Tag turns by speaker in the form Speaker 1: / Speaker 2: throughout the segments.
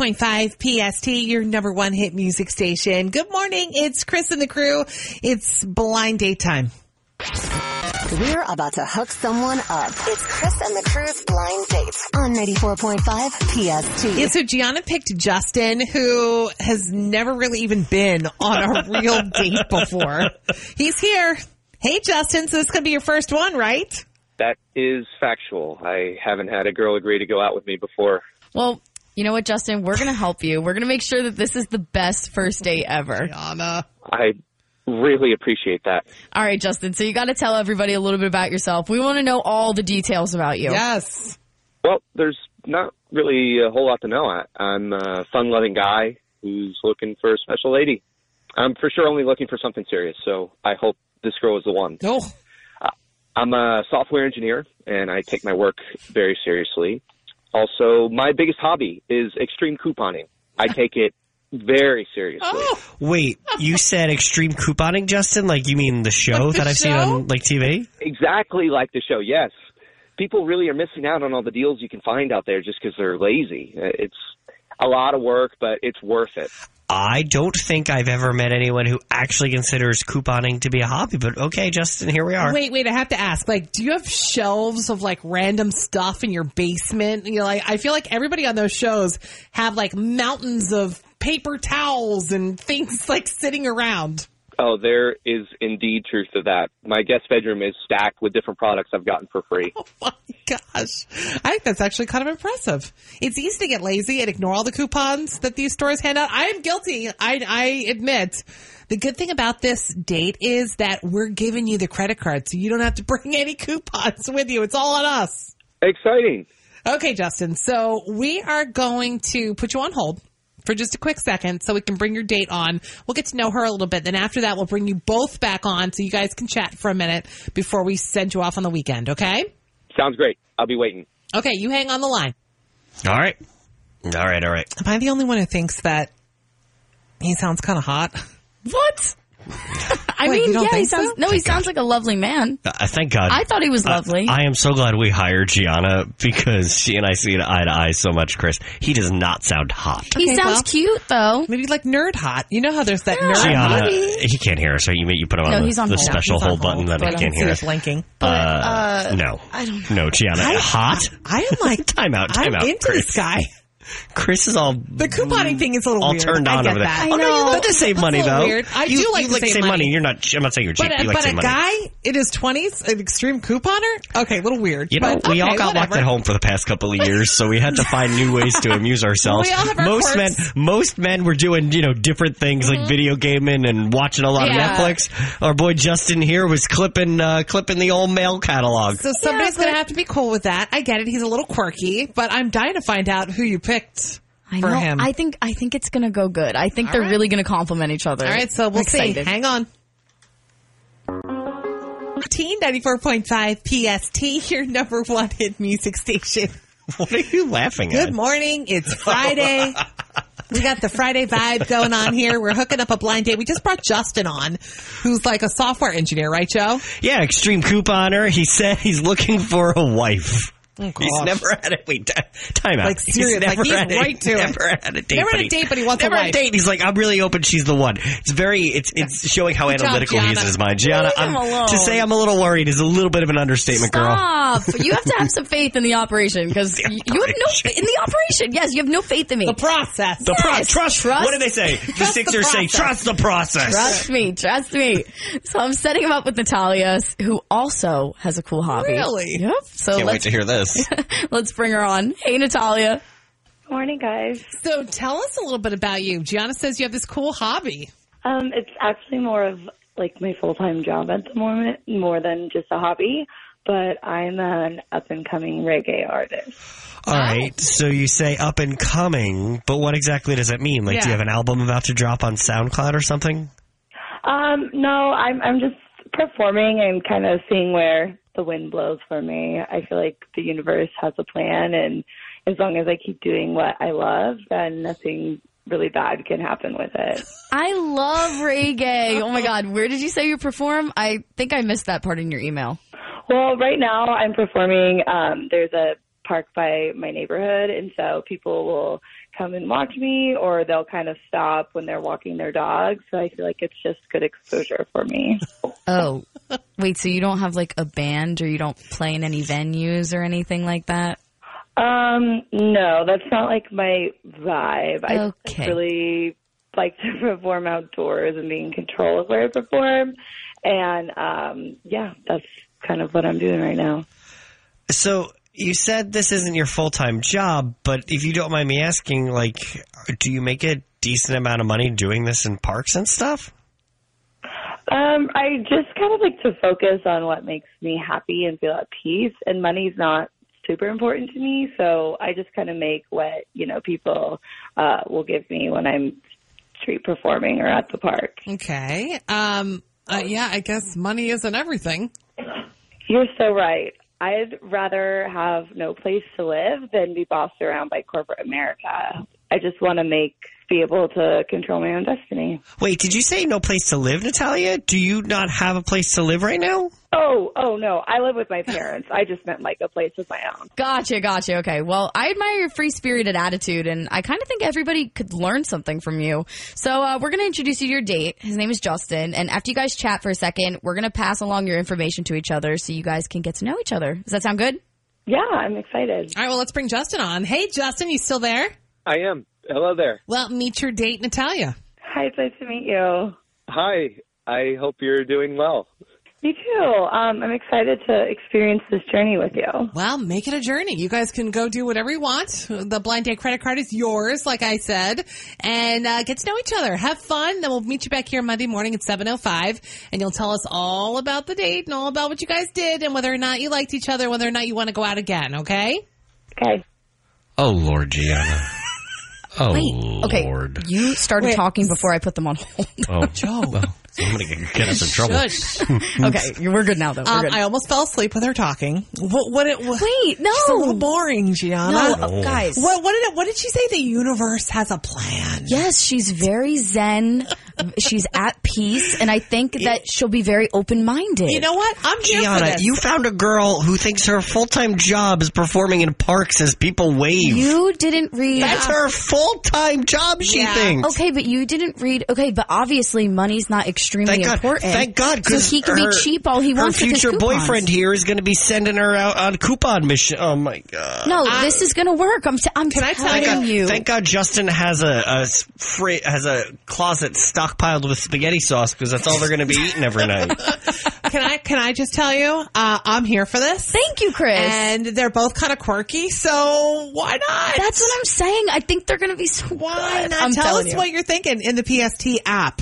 Speaker 1: 94.5 PST, your number one hit music station. Good morning. It's Chris and the crew. It's blind date time.
Speaker 2: We're about to hook someone up. It's Chris and the Crew's blind dates on 94.5 PST.
Speaker 1: Yeah, so Gianna picked Justin, who has never really even been on a real date before. He's here. Hey, Justin. So this could be your first one, right?
Speaker 3: That is factual. I haven't had a girl agree to go out with me before.
Speaker 4: Well, you know what, Justin? We're going to help you. We're going to make sure that this is the best first date ever.
Speaker 1: Gianna.
Speaker 3: I really appreciate that.
Speaker 4: All right, Justin. So you got to tell everybody a little bit about yourself. We want to know all the details about you.
Speaker 1: Yes.
Speaker 3: Well, there's not really a whole lot to know. I, I'm a fun loving guy who's looking for a special lady. I'm for sure only looking for something serious, so I hope this girl is the one.
Speaker 1: Oh,
Speaker 3: I'm a software engineer, and I take my work very seriously. Also, my biggest hobby is extreme couponing. I take it very seriously.
Speaker 5: Wait, you said extreme couponing, Justin? Like you mean the show
Speaker 1: Like the
Speaker 5: that I've seen
Speaker 1: show?
Speaker 5: on like TV?
Speaker 3: Exactly like the show, yes. People really are missing out on all the deals you can find out there just because they're lazy. Uh, It's a lot of work, but it's worth it.
Speaker 5: I don't think I've ever met anyone who actually considers couponing to be a hobby, but okay, Justin, here we are.
Speaker 1: Wait, wait, I have to ask. Like, do you have shelves of like random stuff in your basement? You know, like I feel like everybody on those shows have like mountains of paper towels and things like sitting around.
Speaker 3: Oh, there is indeed truth to that. My guest bedroom is stacked with different products I've gotten for free.
Speaker 1: Oh my gosh. I think that's actually kind of impressive. It's easy to get lazy and ignore all the coupons that these stores hand out. I am guilty. I, I admit. The good thing about this date is that we're giving you the credit card so you don't have to bring any coupons with you. It's all on us.
Speaker 3: Exciting.
Speaker 1: Okay, Justin. So we are going to put you on hold for just a quick second so we can bring your date on. We'll get to know her a little bit. Then after that, we'll bring you both back on so you guys can chat for a minute before we send you off on the weekend. Okay.
Speaker 3: Sounds great. I'll be waiting.
Speaker 1: Okay. You hang on the line.
Speaker 5: All right. All right, all right.
Speaker 1: Am I the only one who thinks that he sounds kind of hot?
Speaker 4: What? I
Speaker 1: Wait, you
Speaker 4: mean,
Speaker 1: don't
Speaker 4: yeah, he
Speaker 1: think
Speaker 4: sounds
Speaker 1: so?
Speaker 4: no, he sounds like a lovely man.
Speaker 5: Uh, thank God. Uh,
Speaker 4: I thought he was lovely.
Speaker 5: I am so glad we hired Gianna because she and I see it eye to eye so much, Chris. He does not sound hot.
Speaker 4: he
Speaker 1: Okay,
Speaker 4: sounds
Speaker 1: well.
Speaker 4: cute though.
Speaker 1: Maybe like nerd hot. You know how there's that nerd
Speaker 5: Gianna,
Speaker 1: hot.
Speaker 5: he can't hear us, so you may- you put him on
Speaker 4: No,
Speaker 5: the,
Speaker 4: he's on
Speaker 5: the
Speaker 4: hold.
Speaker 5: special
Speaker 1: He's on
Speaker 5: hold button that
Speaker 1: but
Speaker 5: he
Speaker 1: I
Speaker 5: can't
Speaker 1: don't
Speaker 5: hear
Speaker 1: see
Speaker 5: us.
Speaker 1: it blinking.
Speaker 5: Uh, no, I don't know. no, Gianna, hot.
Speaker 1: I am like
Speaker 5: Time out, time
Speaker 1: I'm
Speaker 5: out,
Speaker 1: into
Speaker 5: Chris.
Speaker 1: this guy.
Speaker 5: Chris is all
Speaker 1: The couponing thing is a little
Speaker 5: all
Speaker 1: weird.
Speaker 5: turned
Speaker 1: I
Speaker 5: on
Speaker 1: get
Speaker 5: over there.
Speaker 1: that.
Speaker 5: Oh no, you
Speaker 1: That's-
Speaker 5: like to save
Speaker 1: that's a
Speaker 5: money
Speaker 1: little
Speaker 5: though.
Speaker 1: Weird. I
Speaker 5: you,
Speaker 1: do like
Speaker 5: you
Speaker 1: to save money.
Speaker 5: You're not. I'm not saying you're cheap.
Speaker 1: But,
Speaker 5: you like
Speaker 1: but
Speaker 5: to save
Speaker 1: a
Speaker 5: money.
Speaker 1: guy in his 20s, an extreme couponer? Okay, a little weird.
Speaker 5: you know,
Speaker 1: but
Speaker 5: we all
Speaker 1: okay,
Speaker 5: got locked at
Speaker 1: whatever.
Speaker 5: home for the past couple of years, so we had to find new ways to amuse ourselves.
Speaker 1: We all have our
Speaker 5: most men,
Speaker 1: quirks. Mm-hmm.
Speaker 5: most men were doing you know different things like video gaming and watching a lot
Speaker 4: Yeah.
Speaker 5: of Netflix. Our boy Justin here was clipping uh, clipping the old mail catalog.
Speaker 1: So somebody's going to have to be cool with that. I get it. He's a little quirky, but I'm dying to find out who you picked
Speaker 4: I
Speaker 1: for
Speaker 4: know.
Speaker 1: him.
Speaker 4: I think I think it's gonna go good. I think they're
Speaker 1: right.
Speaker 4: really gonna compliment each other.
Speaker 1: All right, so we'll
Speaker 4: I'm excited.
Speaker 1: see. Hang on. 94.5 PST, your number one hit music station.
Speaker 5: What are you laughing at?
Speaker 1: Good morning. It's Friday. We got the Friday vibe going on here. We're hooking up a blind date. We just brought Justin on, who's like a software engineer, right, Joe?
Speaker 5: Yeah, extreme couponer. He said he's looking for a wife. he's
Speaker 1: gosh.
Speaker 5: never had a wait. T- time out.
Speaker 1: Like, serious,
Speaker 5: He's
Speaker 1: like,
Speaker 5: never
Speaker 1: he's
Speaker 5: had a-
Speaker 1: right to it.
Speaker 5: never had a date.
Speaker 1: Never had a
Speaker 5: but he-
Speaker 1: date, but he wants a
Speaker 5: never had
Speaker 1: wife.
Speaker 5: date. He's like, I'm really hoping she's the one. It's very. It's it's showing how
Speaker 1: job,
Speaker 5: analytical he is
Speaker 1: Gianna.
Speaker 5: in his mind. Gianna,
Speaker 4: Leave him
Speaker 5: I'm,
Speaker 4: alone.
Speaker 5: to say I'm a little worried is a little bit of an understatement, girl.
Speaker 4: Stop! you have to have some faith in the operation because you have no in the operation. Yes, you have no faith in me.
Speaker 1: The process.
Speaker 5: The pro-
Speaker 4: Yes,
Speaker 5: trust,
Speaker 4: trust-
Speaker 5: What do they say? The
Speaker 4: trust the
Speaker 5: Sixers say,
Speaker 4: process.
Speaker 5: "Trust the process."
Speaker 4: Trust me, trust me. So I'm setting him up with Natalia, who also has a cool hobby.
Speaker 1: Really?
Speaker 4: Yep. So
Speaker 5: Can't wait
Speaker 4: let's
Speaker 5: to hear this.
Speaker 4: let's bring her on. Hey, Natalia.
Speaker 6: Morning, guys.
Speaker 1: So tell us a little bit about you. Gianna says you have this cool hobby.
Speaker 6: Um, it's actually more of like my full time job at the moment, more than just a hobby. But I'm an up and coming reggae artist.
Speaker 5: All right. So you say up and coming, but what exactly does that mean? Like, do
Speaker 1: Yeah.
Speaker 5: you have an album about to drop on SoundCloud or something?
Speaker 6: Um, no, I'm I'm just performing and kind of seeing where the wind blows for me. I feel like the universe has a plan, and as long as I keep doing what I love, then nothing really bad can happen with it.
Speaker 4: I love reggae. Oh my God. Where did you say you perform? I think I missed that part in your email.
Speaker 6: Well, right now I'm performing. Um, there's a park by my neighborhood, and so people will come and watch me or they'll kind of stop when they're walking their dogs. So I feel like it's just good exposure for me.
Speaker 4: Oh, wait. So you don't have like a band, or you don't play in any venues or anything like that?
Speaker 6: Um, no, that's not like my vibe. I just
Speaker 4: Okay.
Speaker 6: really like to perform outdoors and be in control of where I perform. And um, yeah, that's kind of what I'm doing right now.
Speaker 5: So you said this isn't your full time job, but if you don't mind me asking, like, do you make a decent amount of money doing this in parks and stuff?
Speaker 6: Um, I just kind of like to focus on what makes me happy and feel at peace. And money's not super important to me, so I just kind of make what you know people uh, will give me when I'm street performing or at the park.
Speaker 1: Okay. Um, uh, yeah, I guess money isn't everything.
Speaker 6: You're so right. I'd rather have no place to live than be bossed around by corporate America. I just want to make be able to control my own destiny.
Speaker 5: Wait, did you say no place to live, Natalia? Do you not have a place to live right now?
Speaker 6: Oh, oh no, I live with my parents. I just meant like a place of my own.
Speaker 4: Gotcha, gotcha. Okay. Well, I admire your free spirited attitude, and I kind of think everybody could learn something from you. So, uh, we're going to introduce you to your date. His name is Justin. And after you guys chat for a second, we're going to pass along your information to each other so you guys can get to know each other. Does that sound good?
Speaker 6: Yeah, I'm excited.
Speaker 1: All right, well, let's bring Justin on. Hey, Justin, you still there?
Speaker 3: I am. Hello there.
Speaker 1: Well, meet your date, Natalia.
Speaker 6: Hi, it's nice to meet you.
Speaker 3: Hi. I hope you're doing well.
Speaker 6: Me too. Um, I'm excited to experience this journey with you.
Speaker 1: Well, make it a journey. You guys can go do whatever you want. The blind date credit card is yours, like I said, and uh, get to know each other. Have fun. Then we'll meet you back here Monday morning at seven oh five, and you'll tell us all about the date and all about what you guys did and whether or not you liked each other, whether or not you want to go out again. Okay?
Speaker 6: Okay.
Speaker 7: Oh Lord, Gianna. Oh
Speaker 4: Okay.
Speaker 7: Lord.
Speaker 4: You started
Speaker 1: Wait.
Speaker 4: talking before I put them on hold.
Speaker 7: Oh,
Speaker 1: Joe.
Speaker 7: well, I'm gonna get, get us in trouble.
Speaker 1: Shush.
Speaker 4: okay. you- We're good now, though. We're
Speaker 1: Um,
Speaker 4: good.
Speaker 1: I almost fell asleep with her talking. What? What? It, what
Speaker 4: Wait, no.
Speaker 1: She's a little boring,
Speaker 4: no,
Speaker 1: Gianna.
Speaker 4: uh, guys.
Speaker 1: What? What did? It, what did she say? The universe has a plan.
Speaker 4: Yes, she's very zen. she's at peace, and I think that she'll be very open minded.
Speaker 1: You know what? I'm here for
Speaker 5: Gianna,
Speaker 1: this.
Speaker 5: you found a girl who thinks her full time job is performing in parks as people wave.
Speaker 4: you didn't read.
Speaker 5: That's her full time job, she
Speaker 1: Yeah.
Speaker 5: thinks.
Speaker 4: Okay, but you didn't read. Okay, but obviously money's not extremely
Speaker 5: Thank God.
Speaker 4: important.
Speaker 5: Thank God.
Speaker 4: So
Speaker 5: 'cause
Speaker 4: he can
Speaker 5: her-
Speaker 4: be cheap all he wants.
Speaker 5: Her
Speaker 4: with his
Speaker 5: future
Speaker 4: coupons.
Speaker 5: boyfriend here is going to be sending her out on coupon mission. Oh my God.
Speaker 4: No, this is gonna work. I'm. T- I'm
Speaker 1: Can I tell
Speaker 4: telling
Speaker 1: you-
Speaker 5: God,
Speaker 4: you.
Speaker 5: Thank God Justin has a, a s- fri- has a closet stockpiled with spaghetti sauce because that's all they're going to be eating every night.
Speaker 1: can I? Can I just tell you? Uh, I'm here for this.
Speaker 4: Thank you, Chris.
Speaker 1: and they're both kind of quirky, so why not?
Speaker 4: That's what I'm saying. I think they're gonna be so.
Speaker 1: why
Speaker 4: good.
Speaker 1: not?
Speaker 4: I'm
Speaker 1: Tell
Speaker 4: telling
Speaker 1: us
Speaker 4: you.
Speaker 1: what you're thinking in the PST app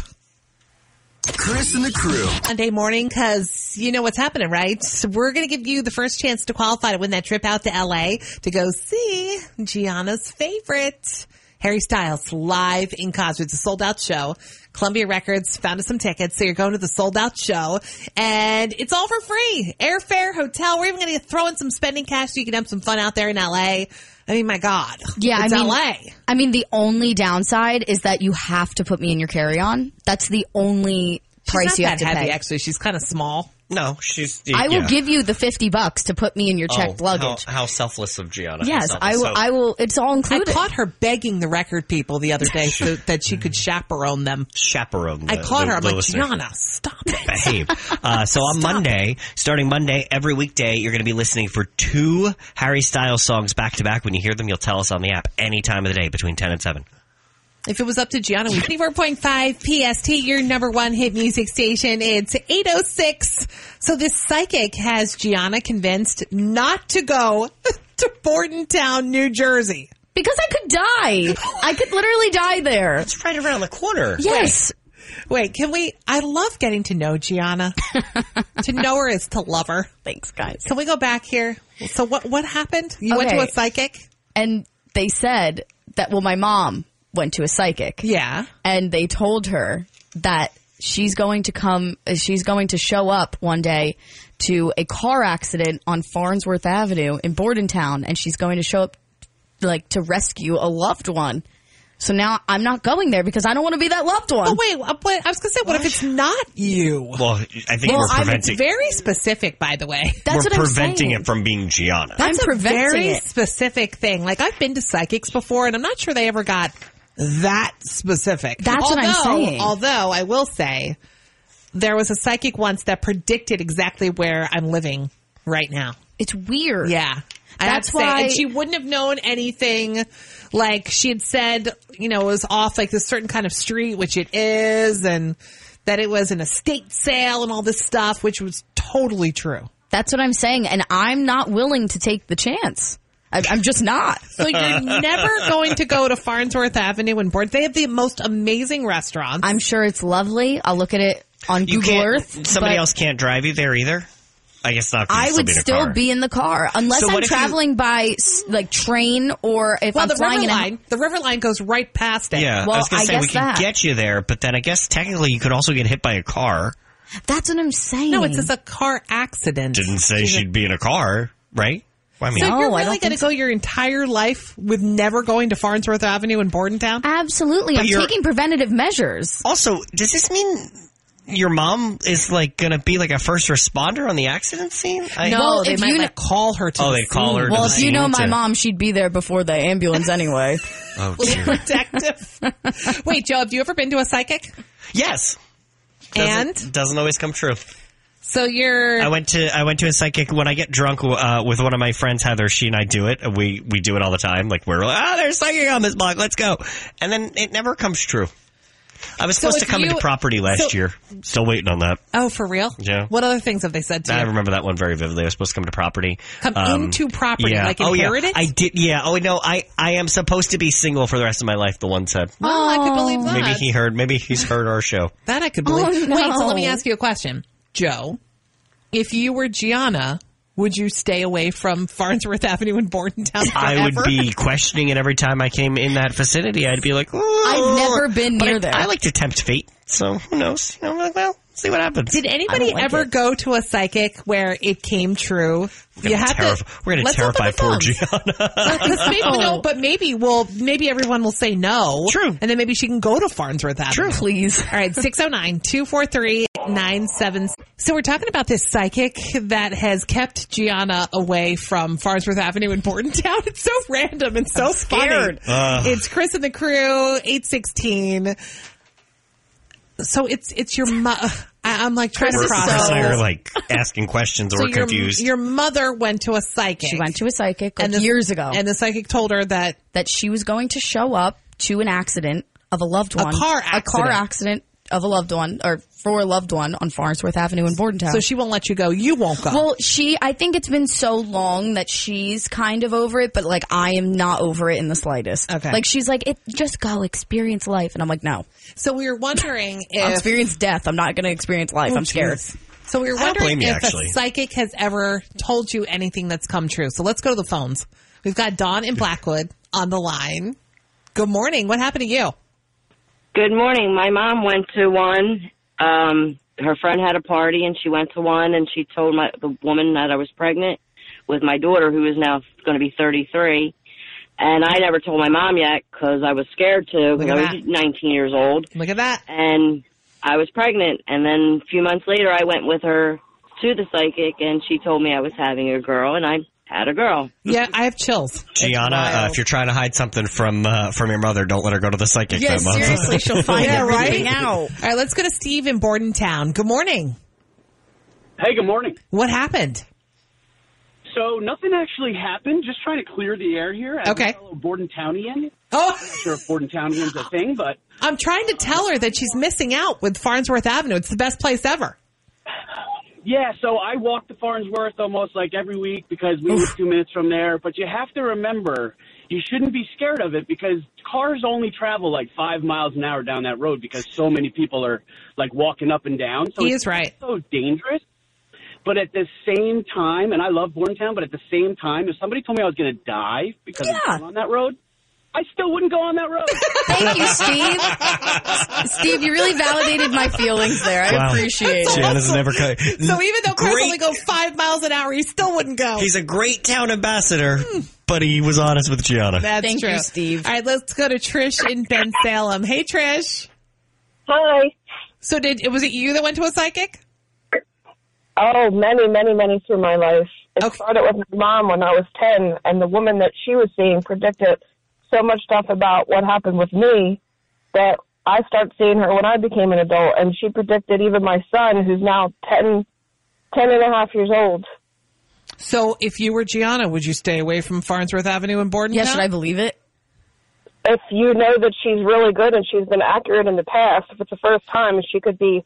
Speaker 7: Chris and the crew.
Speaker 1: Monday morning because you know what's happening, right? So we're going to give you the first chance to qualify to win that trip out to LA to go see Gianna's favorite. Harry Styles live in Cosby. It's a sold out show. Columbia Records found us some tickets. So you're going to the sold out show and it's all for free. Airfare, hotel. We're even going to throw in some spending cash so you can have some fun out there in LA. I mean, my God.
Speaker 4: Yeah,
Speaker 1: It's
Speaker 4: I mean,
Speaker 1: LA.
Speaker 4: I mean, the only downside is that you have to put me in your carry-on. That's the only price
Speaker 1: She's
Speaker 4: you
Speaker 1: not
Speaker 4: have
Speaker 1: that
Speaker 4: to
Speaker 1: heavy,
Speaker 4: pay.
Speaker 1: actually. She's kind of small.
Speaker 5: No, she's.
Speaker 4: I will
Speaker 5: yeah.
Speaker 4: give you the fifty bucks to put me in your checked
Speaker 5: Oh,
Speaker 4: luggage.
Speaker 5: How, how selfless of Gianna. How
Speaker 4: yes, I
Speaker 5: selfless.
Speaker 4: will.
Speaker 5: So-
Speaker 4: I will. It's all
Speaker 1: I
Speaker 4: included.
Speaker 1: caught her begging the record people the other day so that she could chaperone them.
Speaker 5: chaperone.
Speaker 1: I
Speaker 5: the-
Speaker 1: caught
Speaker 5: the-
Speaker 1: her. I'm
Speaker 5: the
Speaker 1: like,
Speaker 5: listener.
Speaker 1: Gianna, stop it.
Speaker 5: Behave. Uh, so on Monday, starting Monday, every weekday, you're going to be listening for two Harry Styles songs back to back. When you hear them, you'll tell us on the app any time of the day between 10 and 7.
Speaker 1: If it was up to Gianna, we 24.5 PST, your number one hit music station. It's 806. So this psychic has Gianna convinced not to go to Bordentown, New Jersey.
Speaker 4: Because I could die. I could literally die there.
Speaker 5: It's right around the corner.
Speaker 4: Yes.
Speaker 1: Wait, can we? I love getting to know Gianna. to know her is to love her.
Speaker 4: Thanks, guys.
Speaker 1: Can we go back here? So what what happened? You went to
Speaker 4: Okay.
Speaker 1: a psychic?
Speaker 4: And they said that, well, my mom went to a psychic.
Speaker 1: Yeah.
Speaker 4: And they told her that she's going to come, uh, she's going to show up one day to a car accident on Farnsworth Avenue in Bordentown. And she's going to show up, like, to rescue a loved one. So now I'm not going there because I don't want to be that loved one.
Speaker 1: Oh wait, uh, but I was gonna say, what if it's not you?
Speaker 5: Well, I think
Speaker 1: Well,
Speaker 5: we're
Speaker 1: I'm,
Speaker 5: preventing.
Speaker 1: it's very specific, by the way.
Speaker 4: That's
Speaker 5: we're
Speaker 4: what I'm
Speaker 5: preventing
Speaker 4: saying.
Speaker 5: it from being Gianna.
Speaker 1: That's
Speaker 4: I'm
Speaker 1: a
Speaker 4: preventing
Speaker 1: very
Speaker 4: it.
Speaker 1: specific thing. Like I've been to psychics before, and I'm not sure they ever got that specific.
Speaker 4: That's what
Speaker 1: although,
Speaker 4: I'm saying.
Speaker 1: Although I will say, there was a psychic once that predicted exactly where I'm living right now.
Speaker 4: It's weird.
Speaker 1: Yeah. I have
Speaker 4: That's
Speaker 1: to say,
Speaker 4: why-
Speaker 1: and she wouldn't have known anything. Like she had said, you know, it was off like this certain kind of street, which it is, and that it was an estate sale and all this stuff, which was totally true.
Speaker 4: That's what I'm saying, and I'm not willing to take the chance. I, I'm just not.
Speaker 1: So you're never going to go to Farnsworth Avenue in Board. They have the most amazing restaurants.
Speaker 4: I'm sure it's lovely. I'll look at it on
Speaker 5: you
Speaker 4: Google
Speaker 5: can't.
Speaker 4: Earth.
Speaker 5: somebody
Speaker 4: but
Speaker 5: else can't drive you there either. I guess not. 'cause
Speaker 4: I
Speaker 5: you'll
Speaker 4: would
Speaker 5: be in a
Speaker 4: still
Speaker 5: car.
Speaker 4: be in the car unless
Speaker 5: So
Speaker 4: I'm
Speaker 5: what if you-
Speaker 4: traveling by s- like train or if
Speaker 1: well,
Speaker 4: I'm
Speaker 1: the
Speaker 4: flying
Speaker 1: river
Speaker 4: in. a-
Speaker 1: line, the river line goes right past it.
Speaker 5: Yeah, I
Speaker 4: Well,
Speaker 5: was gonna
Speaker 4: I
Speaker 5: say we
Speaker 4: guess
Speaker 5: can
Speaker 4: that.
Speaker 5: get you there, but then I guess technically you could also get hit by a car.
Speaker 4: That's what I'm saying.
Speaker 1: No, it's just a car accident.
Speaker 5: Didn't say she'd be in a car, right? Well, I mean,
Speaker 1: so
Speaker 4: No,
Speaker 1: you're
Speaker 4: I
Speaker 1: really
Speaker 4: don't
Speaker 1: going to
Speaker 4: think
Speaker 1: go your entire life with never going to Farnsworth Avenue in Bordentown?
Speaker 4: absolutely. I'm
Speaker 5: you're-
Speaker 4: taking preventative measures.
Speaker 5: also, does this mean your mom is like gonna be like a first responder on the accident scene? I,
Speaker 1: No,
Speaker 4: Well,
Speaker 1: they
Speaker 4: if
Speaker 1: might
Speaker 4: you
Speaker 1: like call her to
Speaker 5: Oh,
Speaker 1: the
Speaker 5: they call
Speaker 1: scene.
Speaker 5: her to
Speaker 4: Well,
Speaker 5: the
Speaker 4: if you
Speaker 5: scene
Speaker 4: know my
Speaker 5: to-
Speaker 4: mom, she'd be there before the ambulance anyway.
Speaker 5: Oh, dear.
Speaker 1: detective. Wait, Joe, have you ever been to a psychic?
Speaker 5: yes.
Speaker 1: And
Speaker 5: doesn't, doesn't always come true.
Speaker 1: so you're
Speaker 5: I went to I went to a psychic when I get drunk uh, with one of my friends Heather. She and I do it. We we do it all the time. Like we're like, oh, there's psychic on this block. Let's go. And then it never comes true. I was supposed
Speaker 1: if
Speaker 5: to come
Speaker 1: you-
Speaker 5: into property last
Speaker 1: so-
Speaker 5: year. Still waiting on that.
Speaker 1: oh for real?
Speaker 5: Yeah.
Speaker 1: What other things have they said to
Speaker 5: I
Speaker 1: you?
Speaker 5: remember that one very vividly. I was supposed to come to property. Um,
Speaker 1: Come into property,
Speaker 5: Yeah.
Speaker 1: like
Speaker 5: oh, yeah.
Speaker 1: inherit it?
Speaker 5: I did. Yeah. Oh no. I I am supposed to be single for the rest of my life. The one said.
Speaker 1: Oh, I could believe that.
Speaker 5: Maybe he heard. Maybe he's heard our show.
Speaker 1: That I could believe.
Speaker 4: Oh, no.
Speaker 1: Wait, so let me ask you a question, Joe. If you were Gianna, would you stay away from Farnsworth Avenue in Bordentown? Forever?
Speaker 5: I would be questioning it every time I came in that vicinity. I'd be like,
Speaker 4: I've
Speaker 5: "Ooh."
Speaker 4: never been
Speaker 5: But
Speaker 4: near
Speaker 5: I,
Speaker 4: there.
Speaker 5: I like to tempt fate, so who knows? You know, I'm like, well, see what happens.
Speaker 1: Did anybody
Speaker 4: like
Speaker 1: ever
Speaker 4: it.
Speaker 1: go to a psychic where it came true?
Speaker 5: We're gonna, terrif- we're gonna
Speaker 1: let's
Speaker 5: terrify
Speaker 1: open the
Speaker 5: poor
Speaker 1: phones.
Speaker 5: Gianna.
Speaker 1: Because maybe
Speaker 4: Oh.
Speaker 1: no, but maybe we'll maybe everyone will say no.
Speaker 5: True.
Speaker 1: And then maybe she can go to Farnsworth Avenue.
Speaker 4: Please.
Speaker 1: All right, 609-243-97. So we're talking about this psychic that has kept Gianna away from Farnsworth Avenue in Bordentown. It's so random and so scared. it's Chris and the crew, 816. So it's, it's your mo- I- I'm like trying
Speaker 4: Chris
Speaker 1: to
Speaker 4: is so-
Speaker 1: process.
Speaker 5: So you're like asking questions or
Speaker 1: So
Speaker 5: we're
Speaker 1: your,
Speaker 5: confused.
Speaker 1: your mother went to a psychic.
Speaker 4: She went to a psychic like,
Speaker 1: the-
Speaker 4: years ago,
Speaker 1: And the psychic told her that
Speaker 4: that she was going to show up to an accident of a loved one,
Speaker 1: car
Speaker 4: a car
Speaker 1: accident.
Speaker 4: accident of a loved one, or for a loved one on Farnsworth Avenue in Bordentown.
Speaker 1: so she won't let you go. You won't go.
Speaker 4: Well, she, I think it's been so long that she's kind of over it, but like I am not over it in the slightest.
Speaker 1: Okay.
Speaker 4: Like she's like, it, just go experience life. And I'm like, no,
Speaker 1: so we were wondering
Speaker 4: I'll
Speaker 1: if Oh,
Speaker 4: experience death. I'm not going to experience life. I'm scared.
Speaker 1: So we were
Speaker 5: don't
Speaker 1: wondering
Speaker 5: blame you,
Speaker 1: if
Speaker 5: actually.
Speaker 1: a psychic has ever told you anything that's come true. So let's go to the phones. We've got Dawn in Blackwood on the line. Good morning. What happened to you?
Speaker 8: Good morning. My mom went to one. Um, her friend had a party, and she went to one, and she told my the woman that I was pregnant with my daughter, who is now going to be 33. And I never told my mom yet because I was scared to.
Speaker 1: Look
Speaker 8: Because
Speaker 1: at
Speaker 8: I was
Speaker 1: that.
Speaker 8: 19 years old,
Speaker 1: Look at that.
Speaker 8: and I was pregnant. And then a few months later, I went with her to the psychic, and she told me I was having a girl, and I had a girl.
Speaker 1: Yeah, I have chills.
Speaker 5: Gianna, uh, if you're trying to hide something from uh, from your mother, don't let her go to the psychic that month.
Speaker 4: she'll find
Speaker 1: Yeah,
Speaker 4: everything
Speaker 1: right?
Speaker 4: out.
Speaker 1: All right, let's go to Steve in Bordentown. Good morning.
Speaker 9: Hey, good morning.
Speaker 1: What happened?
Speaker 9: So nothing actually happened. Just trying to clear the air here. As
Speaker 1: Okay.
Speaker 9: A fellow Bordentownian.
Speaker 1: Oh,
Speaker 9: Sure, if Bordentownian's a thing, but
Speaker 1: I'm trying to tell her that she's missing out with Farnsworth Avenue. It's the best place ever.
Speaker 9: yeah. So I walk to Farnsworth almost like every week because we live two minutes from there. But you have to remember, you shouldn't be scared of it because cars only travel like five miles an hour down that road because so many people are like walking up and down. So
Speaker 1: He
Speaker 9: it's
Speaker 1: is right.
Speaker 9: so dangerous. But at the same time, and I love Bordentown, but at the same time, if somebody told me I was going to die because of
Speaker 4: Yeah.
Speaker 9: going on that road, I still wouldn't go on that road.
Speaker 4: Thank you, Steve. Steve, you really validated my feelings there. I
Speaker 5: Wow.
Speaker 4: appreciate it.
Speaker 5: Gianna's never cut.
Speaker 1: So even though Chris
Speaker 5: Great.
Speaker 1: only goes five miles an hour, he still wouldn't go.
Speaker 5: He's a great town ambassador,
Speaker 1: Hmm.
Speaker 5: but he was honest with Gianna.
Speaker 1: That's
Speaker 4: Thank
Speaker 1: true.
Speaker 4: you, Steve.
Speaker 1: All right, let's go to Trish in Ben Salem. Hey, Trish.
Speaker 6: Hi.
Speaker 1: So did was it you that went to a psychic?
Speaker 6: Oh, many, many, many through my life. It
Speaker 1: Okay.
Speaker 6: started with my mom when I was 10, and the woman that she was seeing predicted so much stuff about what happened with me that I started seeing her when I became an adult, and she predicted even my son, who's now 10, 10 and a half years old.
Speaker 1: So if you were Gianna, would you stay away from Farnsworth Avenue in Bordentown?
Speaker 4: Yeah, should I believe it?
Speaker 6: If you know that she's really good and she's been accurate in the past, if it's the first time, she could be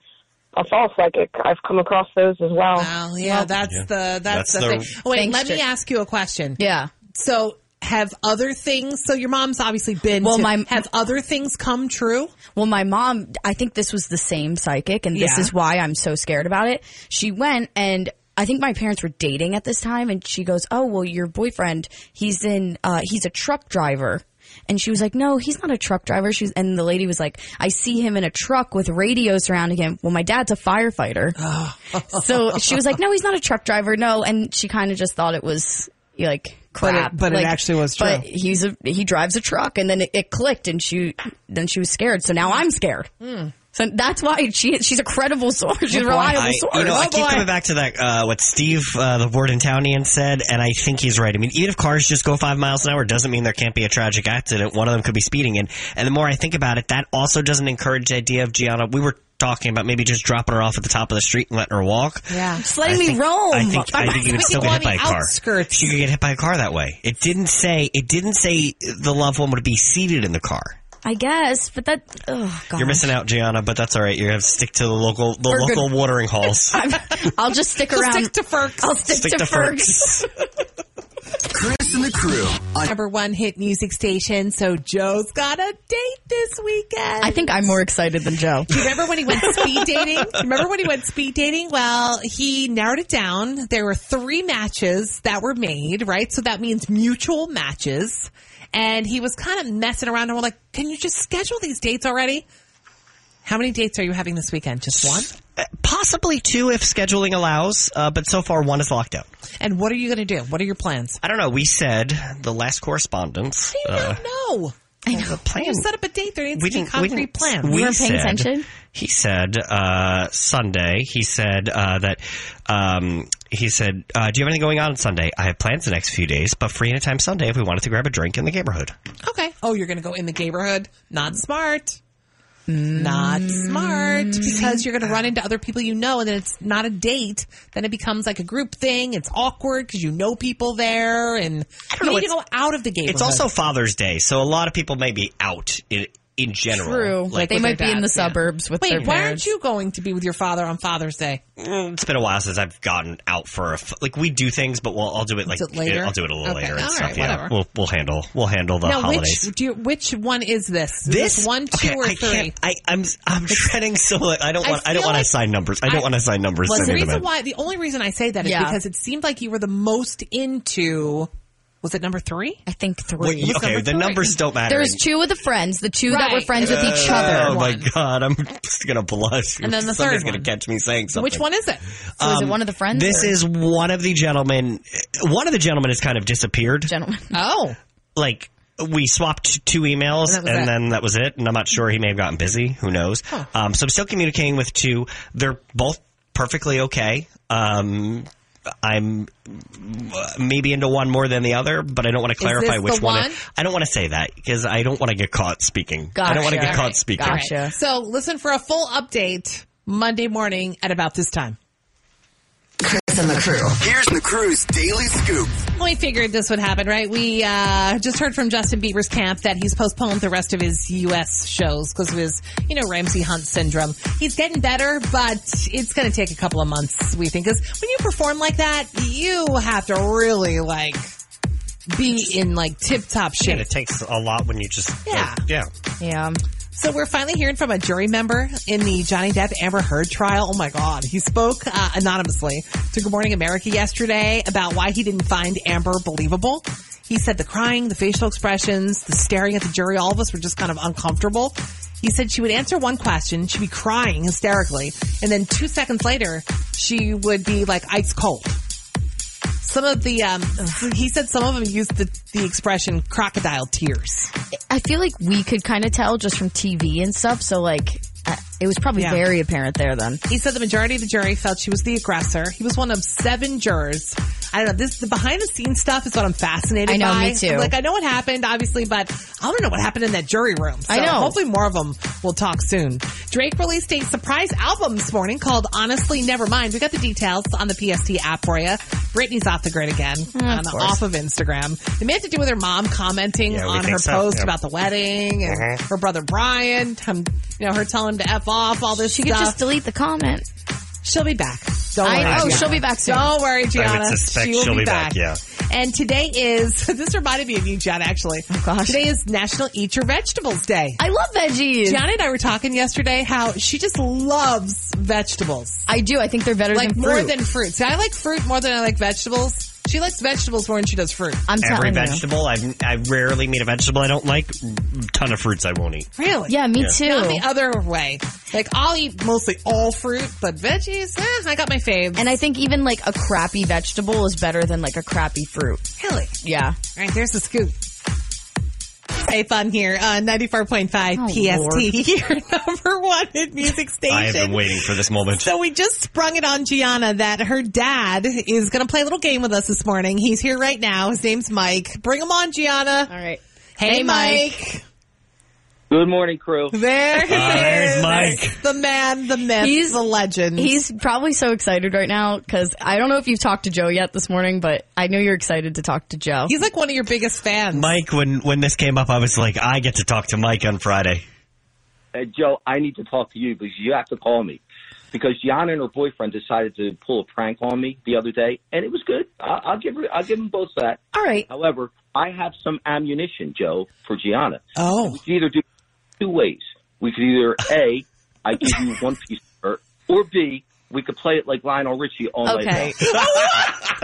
Speaker 6: a false psychic. I've come across those as well.
Speaker 1: Wow, yeah, that's the that's,
Speaker 5: That's
Speaker 1: the,
Speaker 5: the-
Speaker 1: thing. Oh, wait,
Speaker 4: Thanks,
Speaker 1: let me
Speaker 4: Trish.
Speaker 1: ask you a question.
Speaker 4: Yeah.
Speaker 1: So have other things? So your mom's obviously been.
Speaker 4: Well,
Speaker 1: to-
Speaker 4: my-
Speaker 1: have other things come true?
Speaker 4: Well, my mom, I think this was the same psychic, and this
Speaker 1: Yeah.
Speaker 4: is why I'm so scared about it. She went and I think my parents were dating at this time, and she goes, "Oh, well, your boyfriend, he's in, uh, he's a truck driver." And she was like, "No, he's not a truck driver." She's and the lady was like, "I see him in a truck with radios surrounding him." Well, my dad's a firefighter, so she was like, "No, he's not a truck driver." No, and she kind of just thought it was like
Speaker 1: it-
Speaker 4: crap,
Speaker 1: but it
Speaker 4: Like,
Speaker 1: actually was
Speaker 4: but
Speaker 1: true.
Speaker 4: he's a he drives a truck and then it, it clicked and she then she was scared so now i'm scared so that's why she she's a credible source she's a reliable
Speaker 5: I,
Speaker 4: source
Speaker 5: you know, I
Speaker 4: Oh,
Speaker 5: keep
Speaker 4: boy.
Speaker 5: coming back to that uh, what Steve, uh, the Wardentownian, said, and I think he's right. I mean, even if cars just go five miles an hour, it doesn't mean there can't be a tragic accident. One of them could be speeding, and and the more I think about it, that also doesn't encourage the idea of Gianna. We were talking about maybe just dropping her off at the top of the street and letting her walk.
Speaker 1: Yeah.
Speaker 4: just letting
Speaker 5: I
Speaker 4: me
Speaker 5: think-
Speaker 4: roam
Speaker 5: I think I think you would
Speaker 1: Maybe
Speaker 5: still get
Speaker 1: on
Speaker 5: hit
Speaker 1: the
Speaker 5: by a car.
Speaker 1: outskirts.
Speaker 5: She could get hit by a car that way. It didn't say. It didn't say the loved one would be seated in the car.
Speaker 4: I guess but that oh god
Speaker 5: You're missing out, Gianna, but that's all right. You have to stick to the local the
Speaker 4: We're good.
Speaker 5: local watering holes.
Speaker 4: i'll just stick around
Speaker 1: Stick to Ferks.
Speaker 4: i'll stick,
Speaker 5: stick
Speaker 4: to,
Speaker 5: to
Speaker 4: Fergs.
Speaker 5: Ferks.
Speaker 7: Chris and the crew on
Speaker 1: number one hit music station. So Joe's got a date this weekend.
Speaker 4: i think i'm more excited than joe
Speaker 1: Do you remember when he went speed dating? Do you remember when he went speed dating? Well, he narrowed it down. There were three matches that were made, right? So that means mutual matches. And he was kind of messing around and we're like, can you just schedule these dates already? How many dates are you having this weekend? Just one?
Speaker 5: Possibly two if scheduling allows, uh, but so far one is locked out.
Speaker 1: And what are you going to do? What are your plans?
Speaker 5: I don't know. We said the last correspondence.
Speaker 1: I do
Speaker 5: uh,
Speaker 1: not know.
Speaker 4: i know
Speaker 5: plan.
Speaker 1: You set up a date. There needs
Speaker 5: we
Speaker 1: to be
Speaker 5: didn't. We
Speaker 1: concrete
Speaker 5: didn't.
Speaker 1: plans.
Speaker 5: We
Speaker 4: weren't paying
Speaker 5: said-
Speaker 4: attention?
Speaker 5: He said uh, Sunday. He said uh, that. Um, he said, uh, "Do you have anything going on on Sunday? I have plans the next few days, but free anytime Sunday if we wanted to grab a drink in the neighborhood."
Speaker 1: Okay. Oh, you're going to go in the neighborhood. Not smart. Not smart because you're going to run into other people you know, and then it's not a date. Then it becomes like a group thing. It's awkward because you know people there, and you
Speaker 5: know,
Speaker 1: need to go out of the game.
Speaker 5: It's also Father's Day, so a lot of people may be out in, in general.
Speaker 4: true
Speaker 5: Like,
Speaker 4: they
Speaker 1: with
Speaker 4: might
Speaker 1: their
Speaker 4: be in the
Speaker 1: dads, yeah.
Speaker 4: suburbs with their
Speaker 1: wait. Why aren't
Speaker 4: parents.
Speaker 1: you going to be with your father on Father's Day?
Speaker 5: mm, it's been a while since I've gotten out for a f- like we do things, but we'll I'll do it like
Speaker 1: it later?
Speaker 5: I'll do it a little
Speaker 1: Okay,
Speaker 5: later and
Speaker 1: all
Speaker 5: stuff.
Speaker 1: right,
Speaker 5: yeah,
Speaker 1: whatever.
Speaker 5: we'll we'll handle we'll handle the
Speaker 1: now,
Speaker 5: holidays.
Speaker 1: which do you, which one is this? Is
Speaker 5: this
Speaker 1: one, two,
Speaker 5: okay,
Speaker 1: or
Speaker 5: I
Speaker 1: 3
Speaker 5: can't. I, I'm I'm treading so. like, I don't
Speaker 1: I
Speaker 5: want. I, don't
Speaker 1: feel
Speaker 5: want to
Speaker 1: like-
Speaker 5: assign numbers. I don't
Speaker 1: I-
Speaker 5: want to assign numbers.
Speaker 1: Well,
Speaker 5: to
Speaker 1: the
Speaker 5: any of
Speaker 1: reason
Speaker 5: them.
Speaker 1: why the only reason I say that is
Speaker 4: Yeah.
Speaker 1: because it seemed like you were the most into. Was it number three?
Speaker 4: i think three
Speaker 5: Well, you- okay,
Speaker 1: number
Speaker 5: the
Speaker 1: three?
Speaker 5: numbers don't matter.
Speaker 4: there's two of the friends the two that were
Speaker 1: Right.
Speaker 4: friends with each
Speaker 5: Oh
Speaker 4: other
Speaker 5: my god, I'm just gonna blush.
Speaker 1: And then the
Speaker 5: Somebody's
Speaker 1: third one.
Speaker 5: gonna catch me saying something. Uh, Um,
Speaker 1: Which one is it?
Speaker 4: so is it one of the friends
Speaker 5: This
Speaker 4: or-
Speaker 5: is one of the gentlemen. One of the gentlemen has kind of disappeared.
Speaker 4: gentlemen
Speaker 1: Oh,
Speaker 5: like we swapped two emails
Speaker 1: And that
Speaker 5: and,
Speaker 1: was it.
Speaker 5: then that was it. And I'm not sure he may have gotten busy. Who knows? Um, so I'm still communicating with two. They're both perfectly okay. Um, I'm uh, maybe into one more than the other, but I don't want to clarify
Speaker 1: this
Speaker 5: which
Speaker 1: the
Speaker 5: one.
Speaker 1: one?
Speaker 5: It, I don't want to say that because I don't want to get caught speaking. I don't want to
Speaker 4: Gotcha.
Speaker 5: get caught speaking.
Speaker 4: Gotcha.
Speaker 1: So listen for a full update Monday morning at about this time.
Speaker 2: Chris and the crew.
Speaker 7: Here's the crew's daily scoop.
Speaker 1: We figured this would happen, right? We uh, just heard from Justin Bieber's camp that he's postponed the rest of his U.S. shows because of his, you know, Ramsey Hunt syndrome. He's getting better, but it's going to take a couple of months, we think. Because when you perform like that, you have to really, like, be in, like, tip-top
Speaker 5: And
Speaker 1: shape.
Speaker 5: it takes a lot when you just
Speaker 1: Yeah.
Speaker 5: yeah.
Speaker 4: yeah
Speaker 1: So we're finally hearing from a jury member in the Johnny Depp Amber Heard trial. Oh my God. He spoke uh, anonymously to Good Morning America yesterday about why he didn't find Amber believable. He said the crying, the facial expressions, the staring at the jury, all of us were just kind of uncomfortable. He said she would answer one question, she'd be crying hysterically, and then two seconds later, she would be like ice cold. Some of the, um, he said some of them used the, the expression crocodile tears.
Speaker 4: I feel like we could kind of tell just from TV and stuff. So like, uh, it was probably
Speaker 1: Yeah.
Speaker 4: very apparent there then.
Speaker 1: He said the majority of the jury felt she was the aggressor. He was one of seven jurors. I don't know. This the behind the scenes stuff is what I'm fascinated by.
Speaker 4: I know, me too.
Speaker 1: I'm like I know what happened, obviously, but I want to know what happened in that jury room. So
Speaker 4: I know.
Speaker 1: Hopefully, more of them will talk soon. Drake released a surprise album this morning called "Honestly Nevermind." We got the details on the PST app for you. Brittany's off the grid again, on-
Speaker 4: Mm, course.
Speaker 1: off of Instagram. It may have to do with her mom commenting
Speaker 5: Yeah, we
Speaker 1: on
Speaker 5: think
Speaker 1: her
Speaker 5: so,
Speaker 1: post
Speaker 5: yeah.
Speaker 1: about the wedding and
Speaker 5: Mhm.
Speaker 1: her brother Brian. Him, you know, her telling him to f off. All this
Speaker 4: She could
Speaker 1: stuff.
Speaker 4: just delete the comment.
Speaker 1: She'll be back. Don't worry.
Speaker 4: I, oh,
Speaker 1: Gianna.
Speaker 4: she'll be back soon.
Speaker 1: Don't worry, Gianna.
Speaker 5: suspect
Speaker 1: she will
Speaker 5: she'll
Speaker 1: be,
Speaker 5: be
Speaker 1: back.
Speaker 5: back, yeah.
Speaker 1: And today is this reminded me of you, Gianna. Actually, oh
Speaker 4: gosh.
Speaker 1: today is National Eat Your Vegetables Day.
Speaker 4: I love veggies.
Speaker 1: Gianna and I were talking yesterday how she just loves vegetables,
Speaker 4: I do. I think they're better
Speaker 1: like
Speaker 4: than
Speaker 1: more
Speaker 4: fruit.
Speaker 1: than fruits. See, I like fruit more than I like vegetables. She likes vegetables more than she does fruit.
Speaker 4: I'm
Speaker 5: Every
Speaker 4: telling you.
Speaker 5: vegetable, I I rarely meet a vegetable I don't like. Ton of fruits I won't eat.
Speaker 1: Really?
Speaker 4: Yeah, me uh,
Speaker 1: Not
Speaker 4: too.
Speaker 1: the other way. Like I'll eat mostly all fruit, but veggies, eh, I got my faves.
Speaker 4: And I think even like a crappy vegetable is better than like a crappy fruit.
Speaker 1: really.
Speaker 4: Yeah.
Speaker 1: All right, there's the scoop. Hey, fun here on 94.5
Speaker 4: Oh,
Speaker 1: PST, your number one hit music station.
Speaker 5: I have been waiting for this moment.
Speaker 1: So we just sprung it on Gianna that her dad is going to play a little game with us this morning. He's here right now. His name's Mike. Bring him on, Gianna.
Speaker 4: All right.
Speaker 1: Hey,
Speaker 4: Hey,
Speaker 1: Mike.
Speaker 3: Good morning, crew.
Speaker 1: There he
Speaker 5: Ah, there's
Speaker 1: is.
Speaker 5: Mike.
Speaker 1: The man, the myth,
Speaker 4: He's-
Speaker 1: the legend.
Speaker 4: He's probably so excited right now because I don't know if you've talked to Joe yet this morning, but I know you're excited to talk to Joe.
Speaker 1: He's like one of your biggest fans.
Speaker 5: Mike, when when this came up, I was like, I get to talk to Mike on Friday.
Speaker 3: Hey, Joe, I need to talk to you because you have to call me. Because Gianna and her boyfriend decided to pull a prank on me the other day, and it was good. I- I'll give her, I'll give them both that.
Speaker 4: All right.
Speaker 3: However, I have some ammunition, Joe, for Gianna.
Speaker 1: Oh.
Speaker 3: We could either do two ways. We could either A, I give you one piece of her, or B, we could play it like Lionel Richie all
Speaker 4: Okay.
Speaker 3: night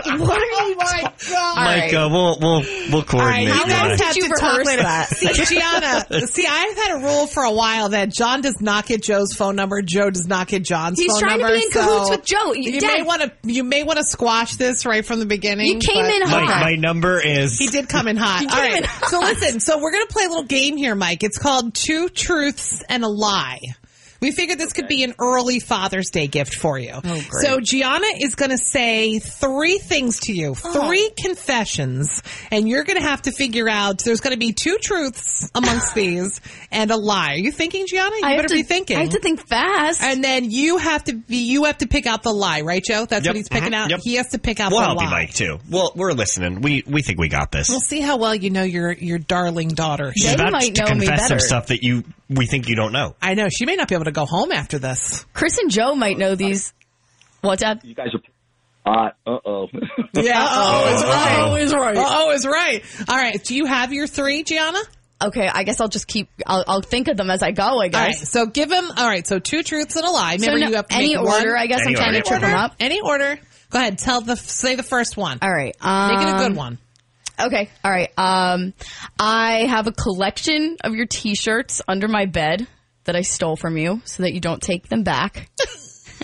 Speaker 4: what are you?
Speaker 1: my God.
Speaker 5: Mike,
Speaker 4: right.
Speaker 5: uh, we'll we'll we'll coordinate.
Speaker 1: All right, you
Speaker 5: why.
Speaker 1: guys have
Speaker 4: Did you
Speaker 1: to talk
Speaker 4: rehearse
Speaker 1: later.
Speaker 4: that?
Speaker 1: See, Gianna, see, I've had a rule for a while that John does not get Joe's phone number. Joe does not get John's
Speaker 4: He's
Speaker 1: phone
Speaker 4: trying
Speaker 1: number.
Speaker 4: to be in cahoots
Speaker 1: so
Speaker 4: with Joe. You-
Speaker 1: You, may
Speaker 4: Dad-
Speaker 1: want to you may want to squash this right from the beginning.
Speaker 4: You came
Speaker 1: but-
Speaker 4: in hot.
Speaker 5: Mike, my number is
Speaker 1: He did come in hot. All
Speaker 4: came
Speaker 1: right.
Speaker 4: in hot.
Speaker 1: So listen, so we're going to play a little game here, Mike. It's called Two Truths and a Lie. We figured this could be an early Father's Day gift for you. So Gianna is going to say three things to you, three confessions, and you're going to have to figure out. There's going to be two truths amongst these and a lie. Are you thinking, Gianna? You
Speaker 4: I have
Speaker 1: better
Speaker 4: to
Speaker 1: be thinking.
Speaker 4: I have to think fast.
Speaker 1: and then you have to be. You have to pick out the lie, right, Joe? That's
Speaker 5: Yep.
Speaker 1: what he's picking
Speaker 5: Mhm.
Speaker 1: out.
Speaker 5: Yep.
Speaker 1: He has to pick out
Speaker 5: We'll
Speaker 1: the
Speaker 5: help
Speaker 1: lie.
Speaker 5: you, Mike, too. Well, we're listening. We we think we got this.
Speaker 1: We'll see how well you know your your darling daughter.
Speaker 5: She's
Speaker 4: They
Speaker 5: about
Speaker 4: might
Speaker 5: to
Speaker 4: know me
Speaker 5: confess some
Speaker 4: better.
Speaker 5: stuff that you we think you don't know.
Speaker 1: I know she may not be able to go home after this.
Speaker 4: Chris and Joe might know these. What's
Speaker 3: long.
Speaker 4: up?
Speaker 3: You guys are hot. Uh oh.
Speaker 1: Yeah. Oh, it's
Speaker 5: Uh-oh.
Speaker 1: right. Oh, it's right. All right. Do you have your three, Gianna?
Speaker 4: Oh, Okay, I guess I'll just keep. I'll, I'll think of them as I go. I
Speaker 1: All right.
Speaker 4: guess.
Speaker 1: So give him. All right. So two truths and a lie.
Speaker 4: So
Speaker 1: Remember,
Speaker 4: no-
Speaker 1: you have to
Speaker 4: any
Speaker 1: make
Speaker 4: order.
Speaker 1: One.
Speaker 4: I guess
Speaker 5: Any
Speaker 4: I'm trying
Speaker 5: order.
Speaker 4: to trip
Speaker 1: Order.
Speaker 4: them up.
Speaker 1: Any order. Go ahead. Tell the say the first one.
Speaker 4: All right.
Speaker 1: Make
Speaker 4: Um,
Speaker 1: it a good one.
Speaker 4: Okay. All right. Um, I have a collection of your T-shirts under my bed that I stole from you, so that you don't take them back.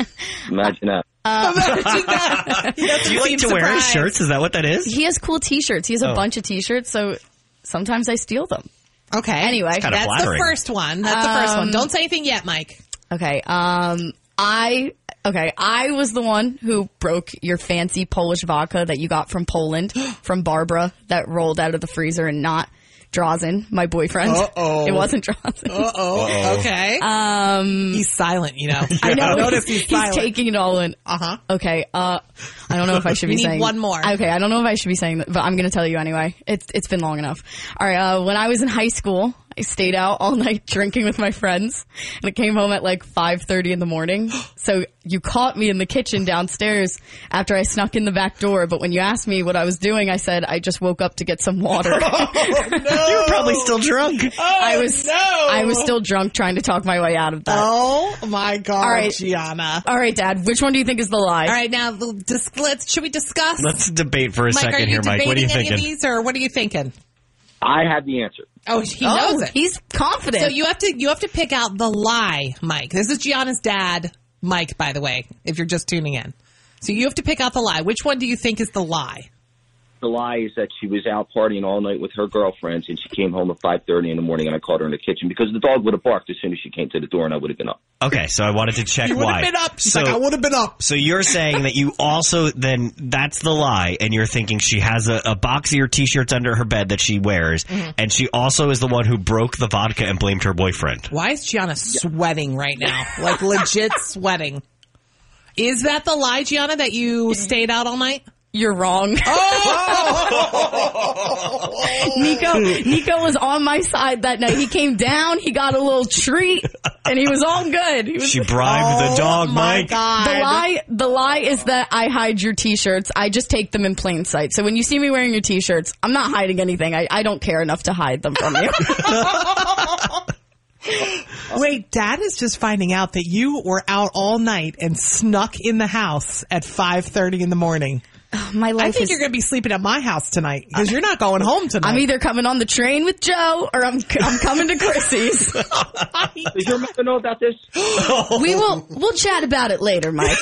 Speaker 3: Imagine that.
Speaker 1: Imagine that.
Speaker 5: Do you like to wear his
Speaker 1: surprised.
Speaker 5: shirts? Is that what that is?
Speaker 4: He has cool T-shirts. He has a
Speaker 5: Oh.
Speaker 4: bunch of T-shirts, so sometimes I steal them.
Speaker 1: Okay.
Speaker 4: Anyway,
Speaker 5: kinda
Speaker 1: that's
Speaker 5: flattering.
Speaker 1: the first one. That's the first one. Don't say anything yet, Mike.
Speaker 4: okay. Um, I okay. I was the one who broke your fancy Polish vodka that you got from Poland from Barbara that rolled out of the freezer and not. Drazen, my boyfriend.
Speaker 1: Uh-oh.
Speaker 4: It wasn't Drazen.
Speaker 1: Oh. Okay. Um. He's silent. You know.
Speaker 4: I know.
Speaker 1: Notice he's,
Speaker 4: he's,
Speaker 1: silent.
Speaker 4: taking it all in.
Speaker 1: uh huh.
Speaker 4: Okay. Uh, I don't know if I should be
Speaker 1: You need
Speaker 4: saying
Speaker 1: one more.
Speaker 4: Okay, I don't know if I should be saying that, but I'm going to tell you anyway. It's it's been long enough. All right. Uh, when I was in high school, I stayed out all night drinking with my friends, and I came home at like 5:30 in the morning. So you caught me in the kitchen downstairs after I snuck in the back door. But when you asked me what I was doing, I said I just woke up to get some water.
Speaker 5: You were probably still drunk.
Speaker 4: I was
Speaker 1: Oh, no.
Speaker 4: I was still drunk trying to talk my way out of that.
Speaker 1: Oh my God,
Speaker 4: All right.
Speaker 1: Gianna.
Speaker 4: All right, Dad. Which one do you think is the lie?
Speaker 1: Oh. All right, now just, let's should we discuss?
Speaker 5: Let's debate for a
Speaker 1: Mike, are
Speaker 5: second
Speaker 1: you
Speaker 5: here,
Speaker 1: debating
Speaker 5: Mike. What are you
Speaker 1: any of
Speaker 5: thinking?
Speaker 1: these, or what are you thinking?
Speaker 3: I have the answer.
Speaker 1: Oh, he
Speaker 4: Oh,
Speaker 1: knows it.
Speaker 4: He's confident.
Speaker 1: So you have to you have to pick out the lie, Mike. This is Gianna's dad, Mike. By the way, if you're just tuning in, so you have to pick out the lie. Which one do you think is the lie?
Speaker 3: The lie is that she was out partying all night with her girlfriends, and she came home at 5:30 in the morning, and I caught her in the kitchen because the dog would have barked as soon as she came to the door, and I would have been up.
Speaker 5: Okay, so I wanted to check
Speaker 1: You would
Speaker 5: why.
Speaker 1: have been up. She's
Speaker 5: so,
Speaker 1: like, I would have been up.
Speaker 5: so you're saying that you also then that's the lie, and you're thinking she has a, a boxier t-shirts under her bed that she wears,
Speaker 1: Mm-hmm.
Speaker 5: and she also is the one who broke the vodka and blamed her boyfriend.
Speaker 1: Why is Gianna sweating right now? Like legit sweating. Is that the lie, Gianna, that you stayed out all night?
Speaker 4: You're wrong. Nico Nico was on my side that night. He came down, he got a little treat, and he was all good. He was
Speaker 5: She bribed the dog,
Speaker 1: Oh my
Speaker 5: Mike.
Speaker 1: God.
Speaker 4: the lie the lie is that I hide your t-shirts. I just take them in plain sight. So when you see me wearing your t-shirts, I'm not hiding anything. I, I don't care enough to hide them from you.
Speaker 1: Wait, Dad is just finding out that you were out all night and snuck in the house at five thirty in the morning.
Speaker 4: my
Speaker 1: I
Speaker 4: life
Speaker 1: think
Speaker 4: is
Speaker 1: you're going to be sleeping at my house tonight because you're not going home tonight.
Speaker 4: I'm either coming on the train with Joe or I'm I'm coming to Chrissy's.
Speaker 3: Does your mother know about this?
Speaker 4: We will we'll chat about it later, Mike.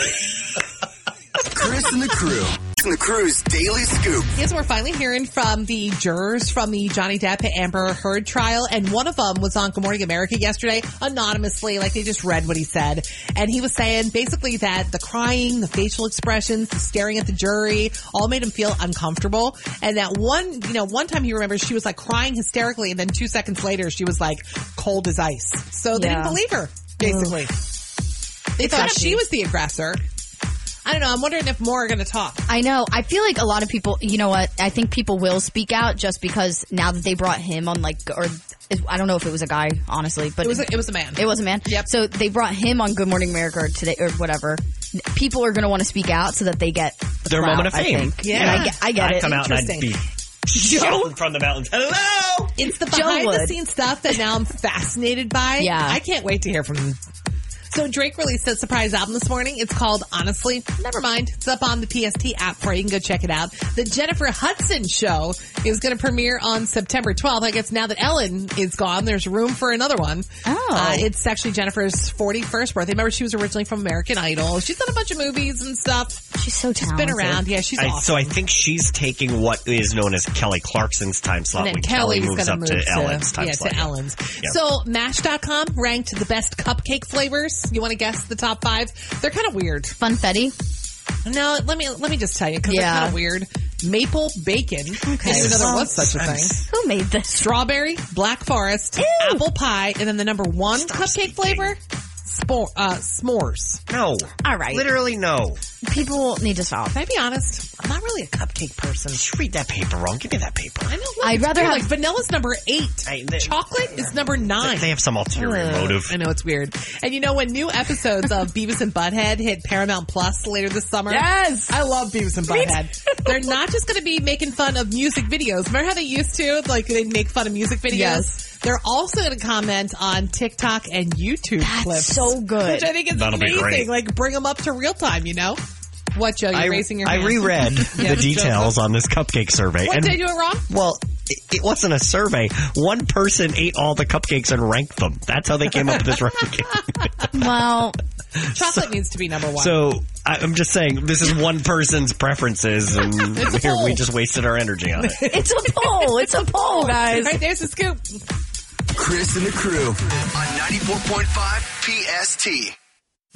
Speaker 7: Chris and the crew. And the crew's daily scoop.
Speaker 1: Yes, we're finally hearing from the jurors from the Johnny Depp and Amber Heard trial, and one of them was on Good Morning America yesterday, anonymously, like they just read what he said, and he was saying basically that the crying, the facial expressions, the staring at the jury, all made him feel uncomfortable, and that one, you know, one time he remembers she was like crying hysterically, and then two seconds later she was like cold as ice, so they
Speaker 4: Yeah.
Speaker 1: didn't believe her, basically. They thought she was the aggressor. I don't know. I'm wondering if more are going to talk.
Speaker 10: I know. I feel like a lot of people, you know what? I think people will speak out just because now that they brought him on, like, or I don't know if it was a guy, honestly, but
Speaker 1: It was a, it was a man.
Speaker 10: It was a man.
Speaker 1: Yep.
Speaker 10: So they brought him on Good Morning America or today or whatever. People are going to want to speak out so that they get the
Speaker 5: Their
Speaker 10: clout,
Speaker 5: moment of
Speaker 10: I
Speaker 5: fame.
Speaker 10: think.
Speaker 1: Yeah.
Speaker 10: And I get, I get
Speaker 5: I'd
Speaker 10: it.
Speaker 5: come out and I'd
Speaker 1: Interesting.
Speaker 5: be shouting from the mountains. Hello.
Speaker 1: It's the
Speaker 10: Joe
Speaker 1: behind the
Speaker 10: would.
Speaker 1: scenes stuff that now I'm fascinated by.
Speaker 10: Yeah.
Speaker 1: I can't wait to hear from them. So Drake released a surprise album this morning. It's called Honestly. Never mind. It's up on the PST app for you. You can go check it out. The Jennifer Hudson show is going to premiere on September 12th. I guess now that Ellen is gone, there's room for another one.
Speaker 10: Oh.
Speaker 1: Uh, it's actually Jennifer's 41st birthday. Remember, she was originally from American Idol. She's done a bunch of movies and stuff.
Speaker 10: She's so
Speaker 1: She's
Speaker 10: talented.
Speaker 1: been around. Yeah, she's
Speaker 5: I,
Speaker 1: awesome.
Speaker 5: So I think she's taking what is known as Kelly Clarkson's time slot
Speaker 1: And
Speaker 5: when
Speaker 1: then
Speaker 5: Kelly
Speaker 1: Kelly's
Speaker 5: moves
Speaker 1: gonna
Speaker 5: up
Speaker 1: move
Speaker 5: to, Ellen's time
Speaker 1: yeah,
Speaker 5: slot.
Speaker 1: to
Speaker 5: yeah.
Speaker 1: Ellen's.
Speaker 5: Yeah.
Speaker 1: So Mash.com ranked the best cupcake flavors. You want to guess the top five? They're kind of weird.
Speaker 10: Funfetti.
Speaker 1: No, let me let me just tell you because they're
Speaker 10: Yeah.
Speaker 1: kind of weird. Maple bacon. Okay. I didn't know there was such a thing.
Speaker 10: Who made this?
Speaker 1: Strawberry, black forest, apple pie, and then the number one cupcake flavor, spor- uh, s'mores.
Speaker 5: No.
Speaker 10: All right.
Speaker 5: Literally no.
Speaker 10: People need to stop.
Speaker 1: Can I be honest? I'm not really a cupcake person.
Speaker 5: You read that paper wrong. Give me that paper.
Speaker 1: I know. look,
Speaker 10: I'd
Speaker 1: it's
Speaker 10: rather
Speaker 1: weird.
Speaker 10: have-
Speaker 1: like vanilla's number eight.
Speaker 5: I- they-
Speaker 1: Chocolate is number nine.
Speaker 5: They have some ulterior motive.
Speaker 1: I know it's weird. And you know when new episodes of Beavis and Butthead hit Paramount Plus later this summer?
Speaker 4: Yes.
Speaker 1: I love Beavis and Butthead. They're not just going to be making fun of music videos. Remember how they used to? Like they'd make fun of music videos?
Speaker 4: Yes.
Speaker 1: They're also going to comment on TikTok and YouTube
Speaker 10: That's
Speaker 1: clips.
Speaker 10: so good.
Speaker 1: Which I think is
Speaker 5: That'll be
Speaker 1: amazing.
Speaker 5: great.
Speaker 1: Like bring them up to real time, you know? What, Joe? You're
Speaker 5: I,
Speaker 1: raising your
Speaker 5: I
Speaker 1: hand.
Speaker 5: reread the details on this cupcake survey.
Speaker 1: What
Speaker 5: and,
Speaker 1: did you do wrong?
Speaker 5: well, it, it wasn't a survey. One person ate all the cupcakes and ranked them. That's how they came up with this ranking.
Speaker 10: Well,
Speaker 1: Chocolate needs to be number one.
Speaker 5: so I, I'm just saying, this is one person's preferences, and
Speaker 1: It's a
Speaker 5: here we
Speaker 1: poll.
Speaker 5: just wasted our energy on it.
Speaker 10: it's a poll. It's a poll, guys.
Speaker 1: Right there's the scoop.
Speaker 7: Chris and the crew on 94.5 PST.